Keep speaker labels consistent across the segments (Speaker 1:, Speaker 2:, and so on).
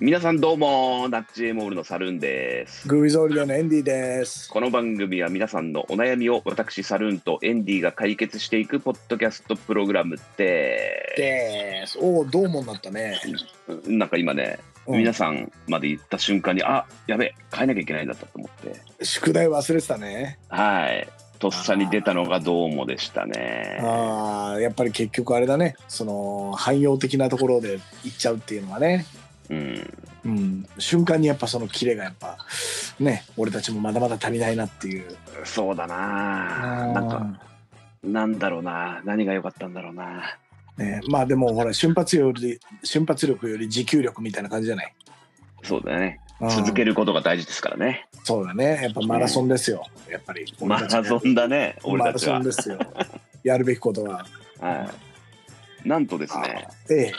Speaker 1: 皆さんどうもナッチエモールのサルーンです
Speaker 2: グビゾーリドのエンディです。
Speaker 1: この番組は皆さんのお悩みを私サルーンとエンディが解決していくポッドキャストプログラムで
Speaker 2: です。おお、どうもになったね。
Speaker 1: なんか今ね、
Speaker 2: うん
Speaker 1: 皆さんまで言った瞬間にあやべ変えなきゃいけないんだったと思って
Speaker 2: 宿題忘れてたね。
Speaker 1: はいとっさに出たのがどうもでしたね
Speaker 2: ああ、やっぱり結局あれだね。その汎用的なところで行っちゃうっていうのはね。
Speaker 1: うん
Speaker 2: うん、瞬間にやっぱそのキレがやっぱね、俺たちもまだまだ足りないなっていう。
Speaker 1: そうだななんかなんだろうな何が良かったんだろうな
Speaker 2: ね、まあでもほら瞬発より瞬発力より持久力みたいな感じじゃない。
Speaker 1: そうだね
Speaker 2: うん
Speaker 1: 続けることが大事ですからね
Speaker 2: そうだね。やっぱマラソンですよ。やっぱり
Speaker 1: マ
Speaker 2: 俺たち
Speaker 1: ラ
Speaker 2: ね、
Speaker 1: ソンだね俺たち
Speaker 2: マラソ
Speaker 1: は
Speaker 2: ンですよ。やるべきことは。
Speaker 1: はい。なんとですね、
Speaker 2: ええ。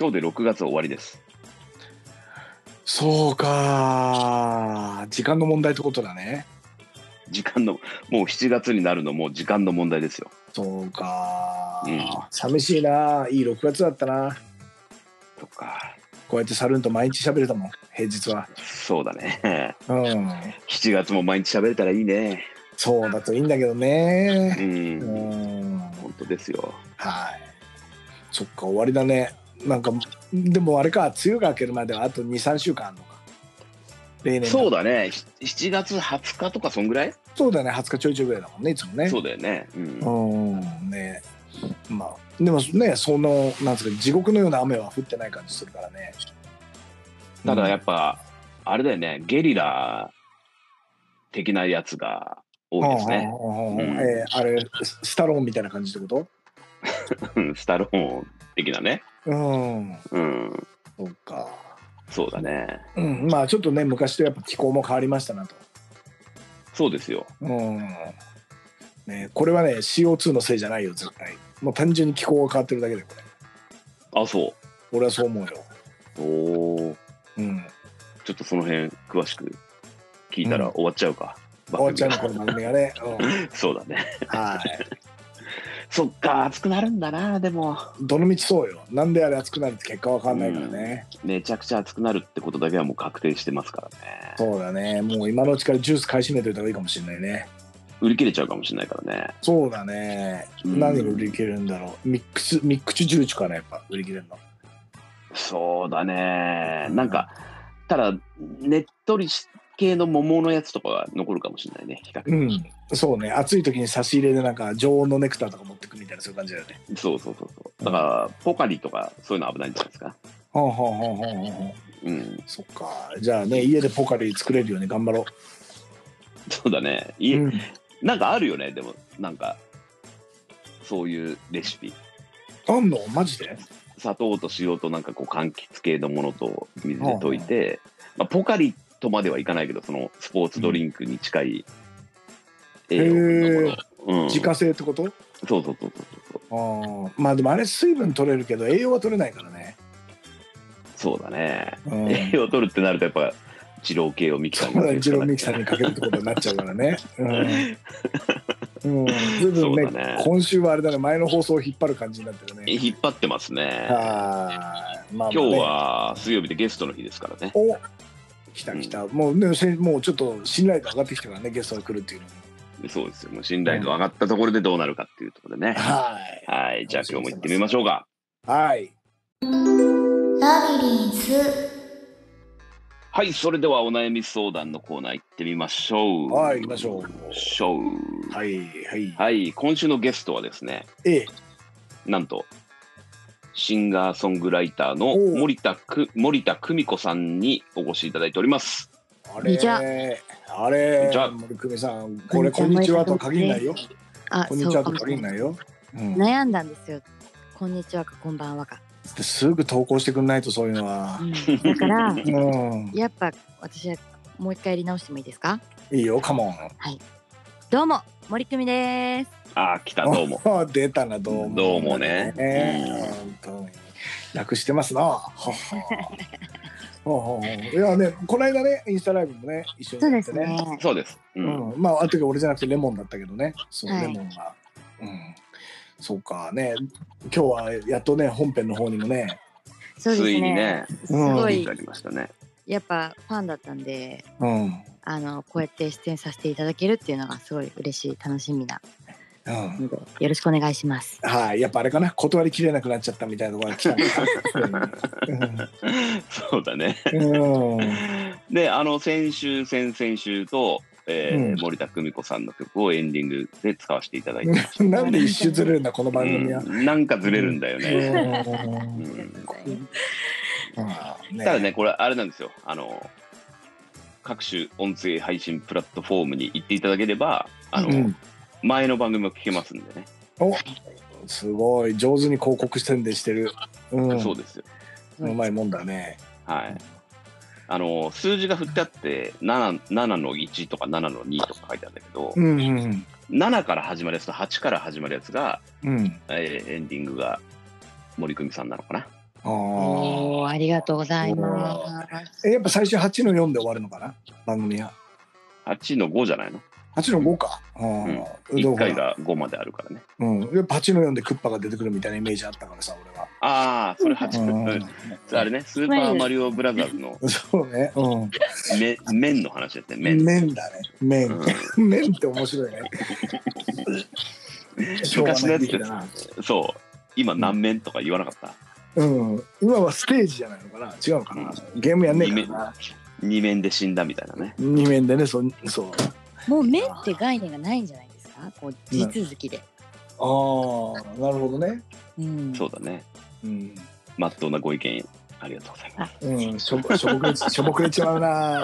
Speaker 1: 今日で6月終わりです。
Speaker 2: そうか時間の問題ってことだね
Speaker 1: 時間の、もう7月になるのも時間の問題ですよ。
Speaker 2: そうか、
Speaker 1: うん
Speaker 2: 寂しいないい6月だったな
Speaker 1: とか、
Speaker 2: こうやってサルンと毎日喋れたもん平日は
Speaker 1: そうだね。
Speaker 2: うん
Speaker 1: 7月も毎日喋れたらいいね。
Speaker 2: そうだといいんだけど
Speaker 1: う。
Speaker 2: ねうんん
Speaker 1: 本当ですよ。
Speaker 2: はいそっか終わりだねなんかでもあれか梅雨が明けるまではあと23週間あるのか例年だ
Speaker 1: そうだね。し7月20日とかそんぐらい、
Speaker 2: そうだね20日ちょいちょいぐらいだもんねいつもね
Speaker 1: そうだよね。うん。
Speaker 2: うんねまあでもねそのなんですか地獄のような雨は降ってない感じするからね
Speaker 1: ただや
Speaker 2: っ
Speaker 1: っぱ、あれだよね。ゲリラ的なやつが多いですね。うん
Speaker 2: えーあれススタローンみたいな感じってこと
Speaker 1: スタローン的なね。
Speaker 2: うん
Speaker 1: うん。
Speaker 2: そうか
Speaker 1: そうだね。
Speaker 2: うんまあちょっとね昔とやっぱ気候も変わりましたなと
Speaker 1: そうですよ。
Speaker 2: うんねこれはね CO2 のせいじゃないよ絶対もう単純に気候が変わってるだけでこれ
Speaker 1: あ、そう。
Speaker 2: 俺はそう思うよ
Speaker 1: おお、
Speaker 2: うん
Speaker 1: ちょっとその辺詳しく聞いたら
Speaker 2: うん
Speaker 1: 終わっちゃうか。
Speaker 2: 終わっちゃうの
Speaker 1: 番
Speaker 2: この番組がね、 うん、
Speaker 1: 組がそうだね。
Speaker 2: はい
Speaker 1: そっか、熱くなるんだな、でも。
Speaker 2: どの道そうよなんであれ熱くなるって結果わかんないからね、
Speaker 1: めちゃくちゃ熱くなるってことだけはもう確定してますからね。
Speaker 2: そうだね。もう今のうちからジュース買い占めといた方がいいかもしれないね。
Speaker 1: 売り切れちゃうかもしれないからね。
Speaker 2: そうだね。
Speaker 1: うん
Speaker 2: 何が売り切れるんだろう。ミックス、ミックスジューチュかな、やっぱ売り切れるの。
Speaker 1: そうだね。なんか、ただ、ねっとり系の桃のやつとかは残るかもしれないね。比較的
Speaker 2: うん。そうね。暑い時に差し入れでなんか常温のネクターとか持ってくみたいなそういう感じだよね。
Speaker 1: そうそうそうそう。だから、ポカリとかそういうの危ないんじゃないですか。
Speaker 2: ほんほんほんほんほんほん。
Speaker 1: うん。
Speaker 2: そっか。じゃあね、家でポカリ作れるように頑張ろ
Speaker 1: そうだね。
Speaker 2: う。
Speaker 1: いえ
Speaker 2: うん
Speaker 1: なんかあるよね、でも、なんか、そういうレシピ。
Speaker 2: あんのマジで
Speaker 1: 砂糖と塩となんかこう柑橘系のものと水で溶いて、まあ、ポカリとまではいかないけどそのスポーツドリンクに近い栄養のもの、うん、
Speaker 2: 自家製ってこと
Speaker 1: そうそうそうそうそう
Speaker 2: ああ。まあでもあれ水分取れるけど栄養は取れないからね。
Speaker 1: そうだね、
Speaker 2: うん。
Speaker 1: 栄養取るってなるとやっぱ二郎系をミキサー
Speaker 2: まだ
Speaker 1: に
Speaker 2: 一郎ミキ
Speaker 1: ー
Speaker 2: さんにかけるってことになっちゃうからね。うん。うん、ずいぶんね
Speaker 1: そうだね
Speaker 2: 今週はあれだね、前の放送を引っ張る感じになってるね。
Speaker 1: 引っ張ってますね
Speaker 2: はーい。まあまあね
Speaker 1: 今日。は水曜日でゲストの日ですからね
Speaker 2: お来た来た。もうね、せもうちょっと信頼度上がってきたからね、ゲストが来るっていうのに。
Speaker 1: そうですよもう信頼度上がったところでどうなるかっていうところでね、
Speaker 2: はい。
Speaker 1: はいじゃあ今日も行ってみましょうか
Speaker 2: はい。
Speaker 3: ラビリンス
Speaker 1: はい、それではお悩み相談のコーナー行ってみましょう。
Speaker 2: はい行きましょう
Speaker 1: しょう
Speaker 2: はい。はい。
Speaker 1: はい、今週のゲストはですね、
Speaker 2: ええ。
Speaker 1: なんと、シンガーソングライターの
Speaker 2: おう
Speaker 1: 森田く森田久美子さんにお越しいただいております。
Speaker 2: あ
Speaker 3: こんにちは
Speaker 2: れあ
Speaker 1: こん
Speaker 2: れ
Speaker 1: にちは
Speaker 2: 森久美さん、これ、こんにちはとは限らないよ。
Speaker 3: あ
Speaker 2: こんにち
Speaker 3: そ
Speaker 2: は
Speaker 3: うか
Speaker 2: と
Speaker 3: も
Speaker 2: は
Speaker 3: しれ
Speaker 2: 限
Speaker 3: な
Speaker 2: ら
Speaker 3: い
Speaker 2: ないよ。うん。
Speaker 3: 悩んだんですよこんにちはかこんばん はか、
Speaker 2: すぐ投稿してくんないと、そういうのは
Speaker 3: う。ん、だから
Speaker 2: うん。
Speaker 3: やっぱ私はもう一回やり直してもいいですか
Speaker 2: いいよ、カモン。
Speaker 3: どうも森久美です
Speaker 1: あー、来た、どうも。
Speaker 2: あ。 出たな、どうも。
Speaker 1: どうもね
Speaker 2: ね
Speaker 1: うん
Speaker 2: 本当に。楽してま すな。ははほうほうほういやね、この間ね、インスタライブもね、一緒にやってね。
Speaker 1: そうです。う、
Speaker 2: うんん、まあ、あの時俺じゃなくてレモンだったけどね。そう、
Speaker 3: はい
Speaker 2: レモンが。うん。そうかね、今日はやっとね、本編の方にもね、
Speaker 3: そうです
Speaker 1: つ
Speaker 3: ね
Speaker 1: いにね、
Speaker 3: すご
Speaker 1: に
Speaker 3: い
Speaker 1: なりましたね。
Speaker 3: やっぱファンだったんで
Speaker 2: うん、うん、
Speaker 3: あのこうやって出演させていただけるっていうのがすごい嬉しい楽しみなのでよろしくお願いします。
Speaker 2: はい、やっぱあれかな、断りきれなくなっちゃったみたいなところが来 たのか
Speaker 1: そうだね。
Speaker 2: うん、うん、
Speaker 1: で、あの、先週、先々週と、えー
Speaker 2: うん
Speaker 1: 森田久美子さんの曲をエンディングで使わせていただいてました。
Speaker 2: なんで一周ずれるんだ、この番組は。
Speaker 1: うんなんかずれるんだよね。
Speaker 2: うん
Speaker 1: うん
Speaker 2: うん
Speaker 1: ただね、これ、あれなんですよ。あの、各種音声配信プラットフォームに行っていただければ、あの、
Speaker 2: うん
Speaker 1: 前の番組も聞けますんでね。
Speaker 2: おすごい上手に広告宣伝してる、うん、
Speaker 1: そうですよ。
Speaker 2: うまいもんだね
Speaker 1: はい。あの、数字が振ってあって、7, 7の1とか7の2とか書いてあるんだけど、
Speaker 2: うんうん
Speaker 1: 7から始まるやつと8から始まるやつが、
Speaker 2: うん
Speaker 1: えーエンディングが森久美さんなのかな。
Speaker 2: あ
Speaker 3: おーありがとうございます。
Speaker 2: ーえやっぱ最終8の4で終わるのかな番組は
Speaker 1: 8の5じゃないの
Speaker 2: 8の5かあーでも
Speaker 1: ?1
Speaker 2: ほら
Speaker 1: 回が5まであるからね。
Speaker 2: うん、やっぱ8の4でクッパが出てくるみたいなイメージあったからさ俺は
Speaker 1: ああ、それ8
Speaker 2: うん
Speaker 1: 分。 あれね、スーパーマリオブラザーズの
Speaker 2: そうねうん
Speaker 1: め麺の話ですね、麺。
Speaker 2: 麺だね
Speaker 1: う
Speaker 2: 麺
Speaker 1: ん
Speaker 2: 麺って面白 いね昭和
Speaker 1: 昔のやつ
Speaker 2: 響きだな
Speaker 1: そう。今何面とか言わなかった。
Speaker 2: うん今はステージじゃないのかな違うのかなゲームやんねえからな
Speaker 1: 2面で死んだみたいなね。
Speaker 2: 二面でね、そそう。
Speaker 3: もう麺って概念がないんじゃないですかこう地続きで。
Speaker 2: ああ、なるほどね。
Speaker 3: うん
Speaker 1: そうだね。
Speaker 2: うん。
Speaker 1: まっとうなご意見ありがとうございます。
Speaker 2: うん、しょぼ、しょぼく れ、しょぼくれちまうな。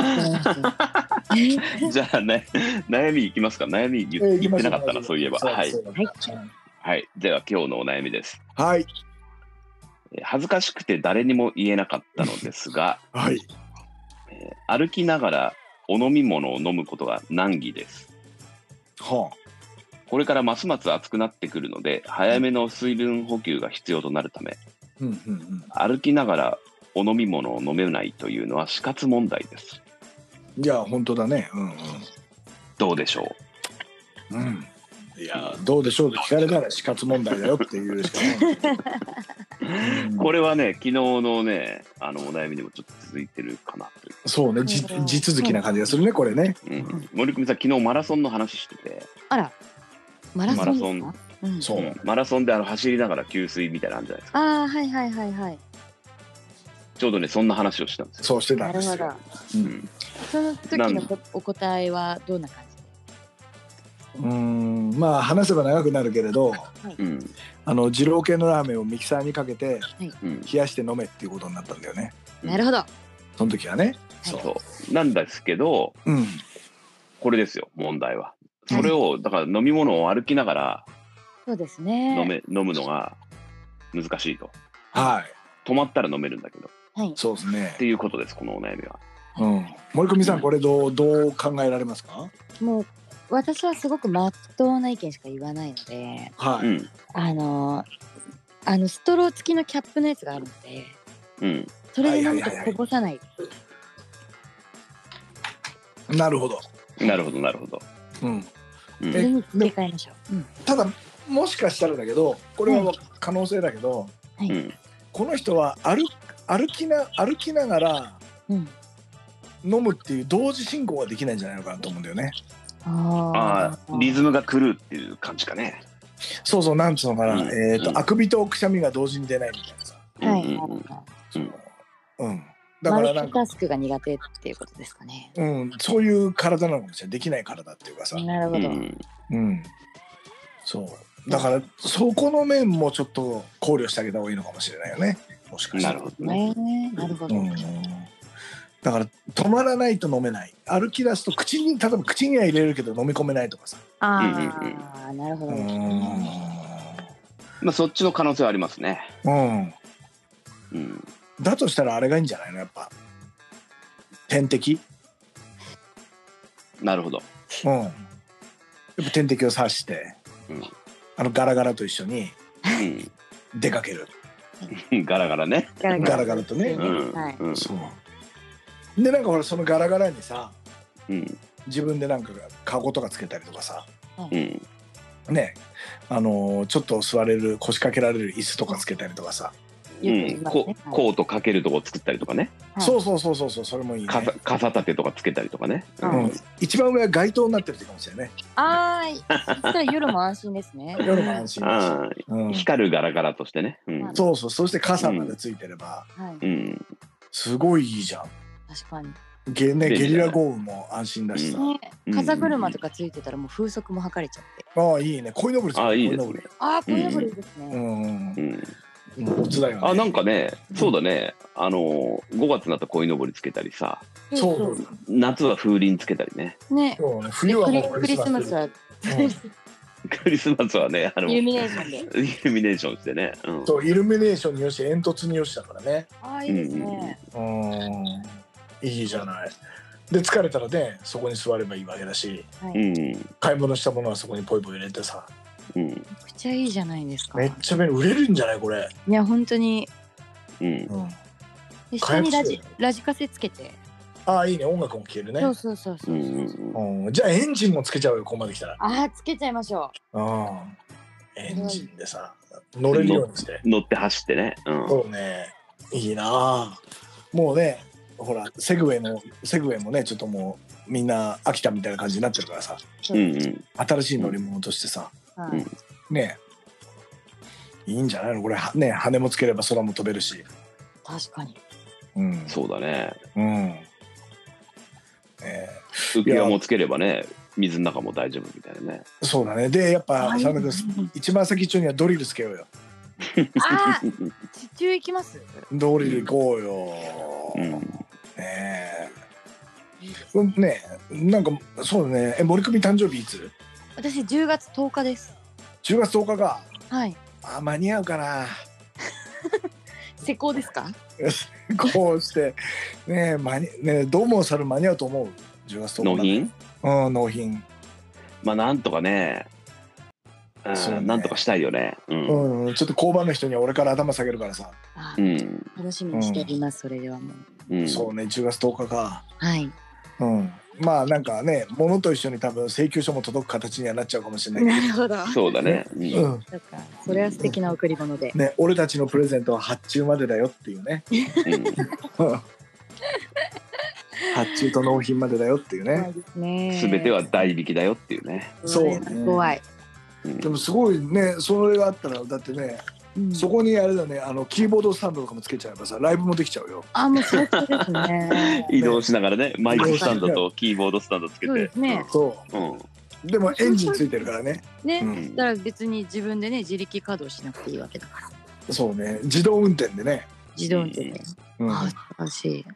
Speaker 1: じゃあね、悩みいきますか。悩み言,、言ってなかったな、そういえば。はい。
Speaker 2: はい。
Speaker 1: はい。では、今日のお悩みです。
Speaker 2: はい。
Speaker 1: えー恥ずかしくて誰にも言えなかったのですが、
Speaker 2: はい。
Speaker 1: えー歩きながらお飲み物を飲むことが難儀です。
Speaker 2: は
Speaker 1: これからますます暑くなってくるので、早めの水分補給が必要となるため、
Speaker 2: あ。うん、うん、
Speaker 1: 歩きながらお飲み物を飲めないというのは死活問題です。
Speaker 2: うん。いや、本当だね。うん、
Speaker 1: どうでしょ
Speaker 2: うん。うん。いや、どうでしょうと聞かれたら死活問題だよっていうしかない。うん
Speaker 1: うこれはね、昨日のね、あのお悩みにもちょっと続いてるかなとい
Speaker 2: そうね、じ、地続きな感じがするね、これね。
Speaker 1: う。うん、森久美さん、昨日マラソンの話してて、
Speaker 3: あら、マラソンです
Speaker 1: マ
Speaker 3: かうん
Speaker 2: そう
Speaker 1: うんマラソンであの走りながら給水みたいなのあるじゃないですか。
Speaker 3: ああ、はいはいはいはい。
Speaker 1: ちょうどね、そんな話をしたんですよ。
Speaker 2: そうしてた
Speaker 3: なんる
Speaker 2: です
Speaker 3: ほ
Speaker 2: よ。
Speaker 3: ど。
Speaker 1: うん
Speaker 3: その時のこお答えはどんな感じ
Speaker 2: うん、まあ、話せば長くなるけれど。
Speaker 1: うん
Speaker 2: あの二郎系のラーメンをミキサーにかけて
Speaker 1: うん
Speaker 2: 冷やして飲めっていうことになったんだよね
Speaker 1: うん
Speaker 3: なるほど。
Speaker 2: その時はね
Speaker 1: そうそうなんですけど、
Speaker 2: うん
Speaker 1: これですよ、問題は。それを、だから飲み物を歩きながら
Speaker 3: そうですね。
Speaker 1: 飲め、飲むのが難しいと。
Speaker 2: はい
Speaker 1: 止まったら飲めるんだけど。
Speaker 3: はい。
Speaker 2: そうですね
Speaker 1: っていうことです、このお悩みは。
Speaker 2: うん森久美さんこれどうどう考えられますか
Speaker 3: もう私はすごく真っ当な意見しか言わないので、
Speaker 2: は
Speaker 1: う
Speaker 2: い
Speaker 1: ん、
Speaker 3: あのあのストロー付きのキャップのやつがあるので、
Speaker 1: うん、
Speaker 3: それで飲むと
Speaker 2: はいはいはいはい
Speaker 3: こぼさない。
Speaker 2: なるほど
Speaker 1: なるほど、なるほど。
Speaker 2: うん
Speaker 1: うん
Speaker 3: それに
Speaker 2: で
Speaker 3: 切り替えましょう。うん
Speaker 2: ただもしかしたらだけどこれ
Speaker 3: う
Speaker 2: は可能性だけど
Speaker 3: はい。
Speaker 1: うん、
Speaker 2: この人は歩歩きな歩きながら
Speaker 3: うん
Speaker 2: 飲むっていう同時進行ができないんじゃないのかなと思うんだよね
Speaker 1: あ
Speaker 3: あ
Speaker 1: あ、リズムが狂うっていう感じかね。
Speaker 2: そうそうなんつうのかな、
Speaker 1: うん
Speaker 2: えっ、
Speaker 1: う
Speaker 2: と
Speaker 1: ん
Speaker 2: あくびとくしゃみが同時に出ないみたいなさ
Speaker 1: う
Speaker 3: ム
Speaker 1: ん
Speaker 3: はい。
Speaker 1: うんうんうん
Speaker 2: うんだ
Speaker 3: だ
Speaker 2: か
Speaker 3: からら
Speaker 2: な
Speaker 3: マ
Speaker 2: ん
Speaker 3: ル
Speaker 2: か
Speaker 3: チタスクが苦手っていうことですかね。
Speaker 2: うん、そういう体なのかもしれないできない体っていうかさ、
Speaker 3: なるほ
Speaker 1: う
Speaker 3: ど。
Speaker 1: ん
Speaker 2: うん、そうだからそこの面もちょっと考慮してあげた方がいいのかもしれないよねもしかし
Speaker 1: な
Speaker 2: たら
Speaker 1: るほどね。
Speaker 3: ねえなるほど。
Speaker 2: うん、だから止まらないと飲めない歩き出すと口に例えば口には入れるけど飲み込めないとかさ
Speaker 3: ああ、なるほ
Speaker 2: う
Speaker 3: ど。
Speaker 2: ん
Speaker 1: まあ、そっちの可能性はありますね。
Speaker 2: うん
Speaker 1: うん、
Speaker 2: だとしたらあれがいいんじゃないのやっぱ点滴
Speaker 1: なるほど。
Speaker 2: うんやっぱ点滴を刺して、
Speaker 1: うん
Speaker 2: あのガラガラと一緒に出かける
Speaker 1: うん、 ガラガラね。
Speaker 3: ガラ
Speaker 2: ガラガラとね
Speaker 1: うん、
Speaker 3: はい。
Speaker 1: うん、
Speaker 2: そうでなんかほらそのガラガラにさ
Speaker 1: うん、
Speaker 2: 自分でなんかカゴとかつけたりとかさ
Speaker 1: うん。
Speaker 2: ねあのーちょっと座れる腰掛けられる椅子とかつけたりとかさ
Speaker 1: う
Speaker 3: よく言い
Speaker 1: ん、
Speaker 3: ますね
Speaker 1: こ
Speaker 3: はい
Speaker 1: コートかけるとこ作ったりとかね、
Speaker 3: はい
Speaker 2: そうそうそうそうそうそれもいい、ね
Speaker 1: 傘傘立てとかつけたりとかね、う
Speaker 2: うんん、一番上は街灯になってるってかもしれないね
Speaker 3: あーい。そしたら夜も安心ですね。
Speaker 2: 夜も安心だし、
Speaker 1: あ
Speaker 2: う
Speaker 1: ー
Speaker 2: ん、
Speaker 1: 光るガラガラとしてね、うん
Speaker 3: はい
Speaker 2: そうそうそして傘までついてれば、
Speaker 3: はい。
Speaker 1: うん、
Speaker 2: すごいいいじゃん
Speaker 3: 確かに。
Speaker 2: ゲ,、
Speaker 1: 便利だ
Speaker 2: ね、
Speaker 1: ね
Speaker 2: ゲリラ豪雨も安心だしさ、
Speaker 3: ね
Speaker 1: う、ん
Speaker 3: 風車とかついてたらもう風速も測れちゃって。
Speaker 2: ああいいねこいのぼり
Speaker 1: あーいいです
Speaker 2: こいのぼ
Speaker 1: ね
Speaker 2: り、
Speaker 3: ああ、これよりです
Speaker 2: う
Speaker 3: ね。
Speaker 2: んうん
Speaker 1: うん、
Speaker 2: うんおつだよね
Speaker 1: あなんかねそうだねあの5月になったら鯉のぼりつけたりさ
Speaker 3: ええ
Speaker 2: そう
Speaker 3: そ
Speaker 1: 夏は風鈴つけたりね
Speaker 3: うね。
Speaker 2: そうね冬
Speaker 3: で
Speaker 2: は
Speaker 3: ク
Speaker 2: も
Speaker 3: リ
Speaker 2: う
Speaker 3: クリスマスは
Speaker 1: クリスマスはねあの
Speaker 3: イ
Speaker 1: イル
Speaker 3: ルミネーションで。
Speaker 1: ミネーションしてね、うん、
Speaker 2: そうイルミネーションによし煙突によしだからね
Speaker 3: ああ、いいですね。
Speaker 2: うんいいじゃないで疲れたらねそこに座ればいいわけだし
Speaker 3: はい。
Speaker 1: う
Speaker 3: め
Speaker 1: ん
Speaker 2: 買い物したものはそこにポイポイ入れてさ
Speaker 1: うん
Speaker 3: っちゃいいじゃないですか。
Speaker 2: めっ
Speaker 3: い
Speaker 2: ちゃ便利売れるんじゃないこれ、
Speaker 3: や、本当に。
Speaker 1: うん
Speaker 2: うん、
Speaker 3: で
Speaker 2: 開発
Speaker 3: 下に
Speaker 2: 者
Speaker 3: ラジラジカセつけて。
Speaker 2: ああいいね音楽も聴けるね
Speaker 3: そうそうそうそうう。
Speaker 1: ん
Speaker 2: うん、じゃあエンジンもつけちゃうよここまで来たら
Speaker 3: ああ、つけちゃいましょ
Speaker 2: うんエンジンでさ乗れるようにして
Speaker 1: 乗って走ってね、うん、
Speaker 2: そうねいいなあもうねほらセグウェイのセグウェイもねちょっともうみんな飽きたみたいな感じになってるからさ
Speaker 3: う。そううん
Speaker 1: うん
Speaker 2: 新しい乗り物としてさ
Speaker 3: はい
Speaker 2: ねいいんじゃないのこれはね羽もつければ空も飛べるし
Speaker 3: 確かに。
Speaker 2: うん
Speaker 1: そうだね
Speaker 2: うんねえ
Speaker 1: 浮き輪もつければね水の中も大丈夫みたいなね
Speaker 2: そうだねでやっぱ
Speaker 3: あ
Speaker 2: 澤田君一番先っちょにはドリルつけようよ
Speaker 3: あー、地中行きます。
Speaker 2: ドリル行こうよ、
Speaker 1: うん
Speaker 2: ねえうんねえなんかそうだねえ森久美誕生日いつ
Speaker 3: 私10月10日です。
Speaker 2: 10月10日か
Speaker 3: はい。
Speaker 2: あ間に合うかな
Speaker 3: 施工ですか？
Speaker 2: こうしてねえ間にねえどうもさる間に合うと思う10月10
Speaker 1: 納
Speaker 2: 日
Speaker 1: 品
Speaker 2: うん納品
Speaker 1: まあなんとかねうん
Speaker 2: そうね
Speaker 1: なんとかしたいよねうん
Speaker 2: うん、ちょっと交番の人には俺から頭下げるからさ、
Speaker 3: あ
Speaker 1: う
Speaker 3: ー
Speaker 1: ん
Speaker 3: 楽しみにしております。それではもう。
Speaker 1: うん
Speaker 2: そうね10月10日か
Speaker 3: はい。
Speaker 2: うんまあなんかね物と一緒に多分請求書も届く形にはなっちゃうかもしれない
Speaker 3: なるほど。
Speaker 1: そうだねう
Speaker 2: け
Speaker 1: ん
Speaker 2: ど、うん
Speaker 3: そっか。それは素敵な贈り物で。
Speaker 2: ね、俺たちのプレゼントは発注までだよっていうね
Speaker 1: うん
Speaker 2: 発注と納品までだよっていう
Speaker 3: 怖い
Speaker 2: ね
Speaker 3: ですね。
Speaker 1: 全ては代引きだよっていうね、
Speaker 2: そう
Speaker 3: れは怖い。
Speaker 1: うん。
Speaker 2: でもすごいねそれがあったらだってね
Speaker 3: うん
Speaker 2: そこにあれだねあのキーボードスタンドとかもつけちゃえばさライブもできちゃうよ
Speaker 3: あもう最高ですね
Speaker 1: 移動しながらねマイクスタンドとキーボードスタンドつけ
Speaker 3: そうで
Speaker 1: て
Speaker 3: すね。
Speaker 2: そ
Speaker 1: うん
Speaker 2: うでもエンジンついてるからね、
Speaker 3: ね。
Speaker 2: う
Speaker 1: うん
Speaker 2: ん、
Speaker 3: だから別に自分でね自力稼働しなくていいわけだから
Speaker 2: そうね自動運転でね、
Speaker 3: 自動運転で、
Speaker 2: うん、
Speaker 3: あ素晴らしい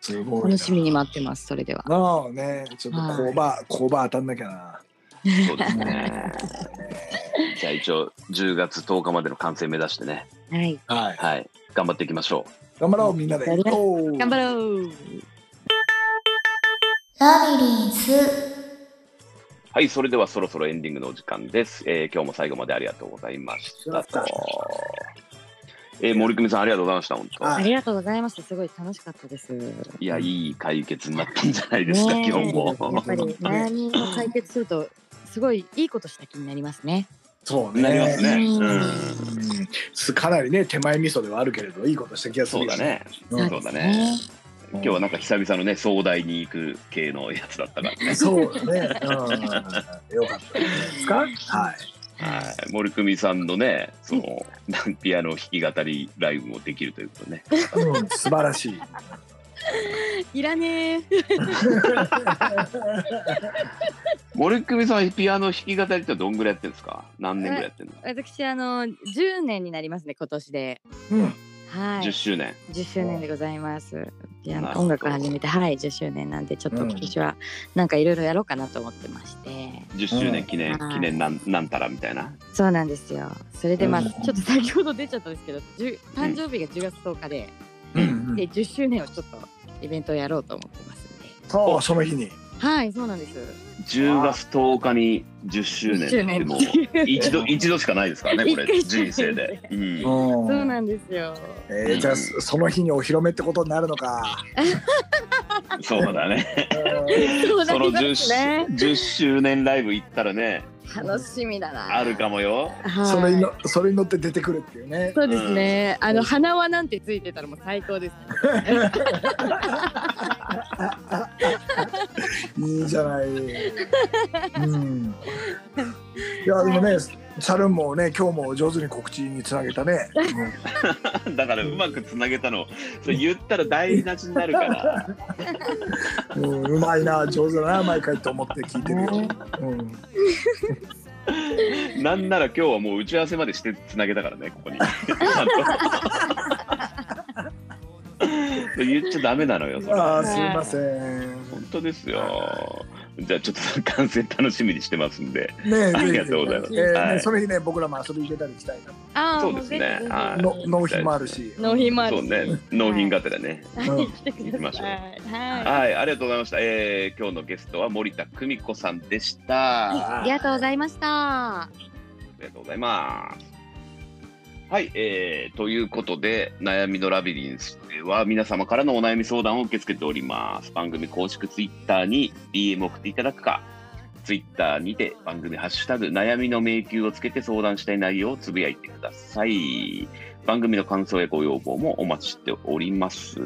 Speaker 2: すごいな
Speaker 3: 楽しみに待ってますそれでは
Speaker 2: なあねちょっと工場工場当たんなきゃな
Speaker 1: そうですね じゃあ一応10月10日までの完成目指してね
Speaker 3: はい
Speaker 2: はい
Speaker 1: はい頑張っていきましょう
Speaker 2: 頑張ろうみんなで
Speaker 3: やりまし
Speaker 2: おう
Speaker 3: 頑張ろう
Speaker 4: ラビリンス
Speaker 1: はい、それではそろそろエンディングのお時間です。えー今日も最後までありがとうございましたと。えー森久美さん、ありがとうございました、本当。
Speaker 2: はい
Speaker 3: ありがとうございましたすごい楽しかったです
Speaker 1: いや、いい解決になったんじゃないですか、
Speaker 3: ねえ
Speaker 1: 今日
Speaker 3: や
Speaker 1: も
Speaker 3: っ。ぱり悩みを解決するとすごいいいことした気になりますね
Speaker 2: そうね
Speaker 1: なりますね。うん。
Speaker 2: うんすかなりね手前味噌ではあるけれどいいことした気がす
Speaker 1: そ
Speaker 2: る
Speaker 1: う
Speaker 2: よ
Speaker 1: だね。
Speaker 2: うん
Speaker 1: そうだね。
Speaker 2: うん
Speaker 1: 今日はなんか久々のね、壮大に行く系のやつだったからね。
Speaker 2: そうだね、うん、よかったです かはい
Speaker 1: はい、森久美さんのね、その、 なんピアノ弾き語りライブもできるということね。
Speaker 2: うん、素晴らしい。
Speaker 3: いらね
Speaker 1: 森久美さん、ピアノ弾き語りってどんぐらいやってるんですか何年ぐらいやってるの
Speaker 3: え私あの10年になりますね今年で
Speaker 2: うん、
Speaker 3: はい
Speaker 1: ?10 周年。
Speaker 3: 10周年でございます。ピア
Speaker 1: なる
Speaker 3: ノ
Speaker 1: ほ
Speaker 3: 音
Speaker 1: ど
Speaker 3: 楽を始めてはい10周年なんでちょっと
Speaker 2: うん
Speaker 3: 今年はなんかいろいろやろうかなと思ってまして、
Speaker 1: 10周年記念、
Speaker 3: うん
Speaker 1: 記念なんなんたらみたいな。
Speaker 3: そうなんですよそれでまあ、
Speaker 2: うん
Speaker 3: ちょっと先ほど出ちゃったんですけど10誕生日が10月10日で,、
Speaker 2: うん
Speaker 3: で10周年をちょっとイベントをやろうと思ってますんで
Speaker 2: そう、その日に。
Speaker 3: はいそうなんです
Speaker 1: 10月10日に10周年
Speaker 3: 10年
Speaker 1: も
Speaker 3: っ
Speaker 1: う
Speaker 3: ていう
Speaker 1: 一度一度しかないです からねこ
Speaker 3: 一
Speaker 1: れ
Speaker 3: 回しかない
Speaker 1: 人生で、うん
Speaker 2: そ
Speaker 3: そうなんですよ
Speaker 2: えー、じゃあそその日にお披露目ってことになるのか。
Speaker 1: そうだね
Speaker 2: うん
Speaker 3: そうな
Speaker 1: その
Speaker 3: りま
Speaker 1: 10,
Speaker 3: すね
Speaker 1: 10周年ライブ行ったらね
Speaker 3: 楽しみだな。
Speaker 1: あるかもよ。
Speaker 3: はい
Speaker 2: それにのそれに乗って出てくるっていうね
Speaker 3: そうですね。あの花輪なんてついてたらもう最高です。
Speaker 2: いいじゃない。うん。いやでもね、サルンもね今日も上手に告知につなげたね。
Speaker 1: だからうまくつなげたの。それ言ったら台無しになるから。
Speaker 2: うん、うんうまいな上手だな毎回と思って聞いてるよ。うん。
Speaker 1: なんなら今日はもう打ち合わせまでしてつなげたからね、ここに。言っちゃダメなのよ、それ。
Speaker 2: あ
Speaker 1: 本
Speaker 2: あすいません。
Speaker 1: 当ですよ。じゃあちょっと観戦楽しみにしてますんで。
Speaker 2: ね
Speaker 1: ありがとうございます
Speaker 2: ぜひぜひえーね
Speaker 1: はい
Speaker 2: その日ね僕らも遊びに行けたりしたいな。
Speaker 3: あー
Speaker 1: そうですね
Speaker 3: もうぜひぜひ
Speaker 1: はい
Speaker 2: の納品もあるし。
Speaker 3: 納品もある
Speaker 1: そう
Speaker 3: し。
Speaker 1: ね、納品がてらね。
Speaker 2: うん
Speaker 3: 来てください。
Speaker 1: 行きましょう
Speaker 3: は
Speaker 1: はい、ありがとうございました。えー今日のゲストは森田久美子さんでした。
Speaker 3: い。ありがとうございました。
Speaker 1: ありがとうございます。はい、えーということで、悩みのラビリンスでは皆様からのお悩み相談を受け付けております。番組公式ツイッターに DM を送っていただくか、ツイッターにて番組ハッシュタグ悩みの迷宮をつけて相談したい内容をつぶやいてください。番組の感想やご要望もお待ちしております。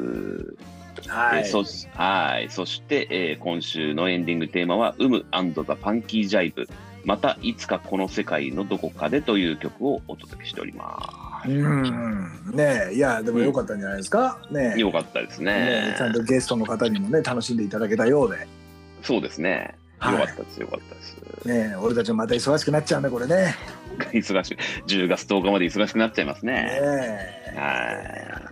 Speaker 2: は
Speaker 1: えーそしはいそして、えー今週のエンディングテーマは「ウムザ・パンキー・ジャイブ」またいつかこの世界のどこかでという曲をお届けしておりま
Speaker 2: うん。ねえいやでも良かったんじゃないですか。ね
Speaker 1: す。
Speaker 2: え
Speaker 1: よかったです
Speaker 2: ねえ
Speaker 1: ね
Speaker 2: ち。ゃんとゲストの方にもね楽しんでいただけたようで。
Speaker 1: そうですね。よ
Speaker 2: はい
Speaker 1: かったです、よかったです。
Speaker 2: ねえ俺たちもまた忙しくなっちゃうねこれね。
Speaker 1: 忙しい。10月10日まで忙しくなっちゃいますね。
Speaker 2: ねえ。
Speaker 1: は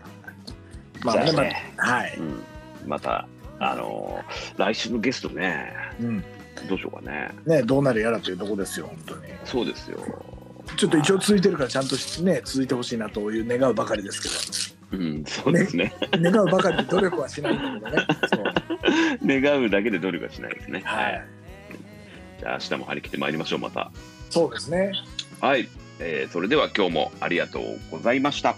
Speaker 2: まあね
Speaker 1: じゃあね
Speaker 2: まあはい
Speaker 1: い、う。ん。また、あのー来週のゲストね、
Speaker 2: うん。
Speaker 1: どうしようかね。
Speaker 2: ねどうなるやらというとこですよ本当に
Speaker 1: そうですよ。
Speaker 2: ちょっと一応続いてるからちゃんとしね続いてほしいなという願うばかりです
Speaker 1: う
Speaker 2: け
Speaker 1: ん、そうですね。
Speaker 2: ど願うばかりで努力はしないんだけどねそう
Speaker 1: 願うだけで努力はしないですね。
Speaker 2: はい
Speaker 1: じゃあ明日も張り切ってまいりましょう、また。
Speaker 2: そうですね
Speaker 1: はい、えーそれでは今日もありがとうございました。
Speaker 2: は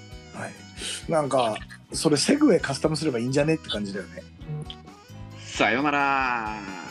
Speaker 2: いなんかそれセグウェイカスタムすればいいんじゃねって感じだよね
Speaker 1: さようなら。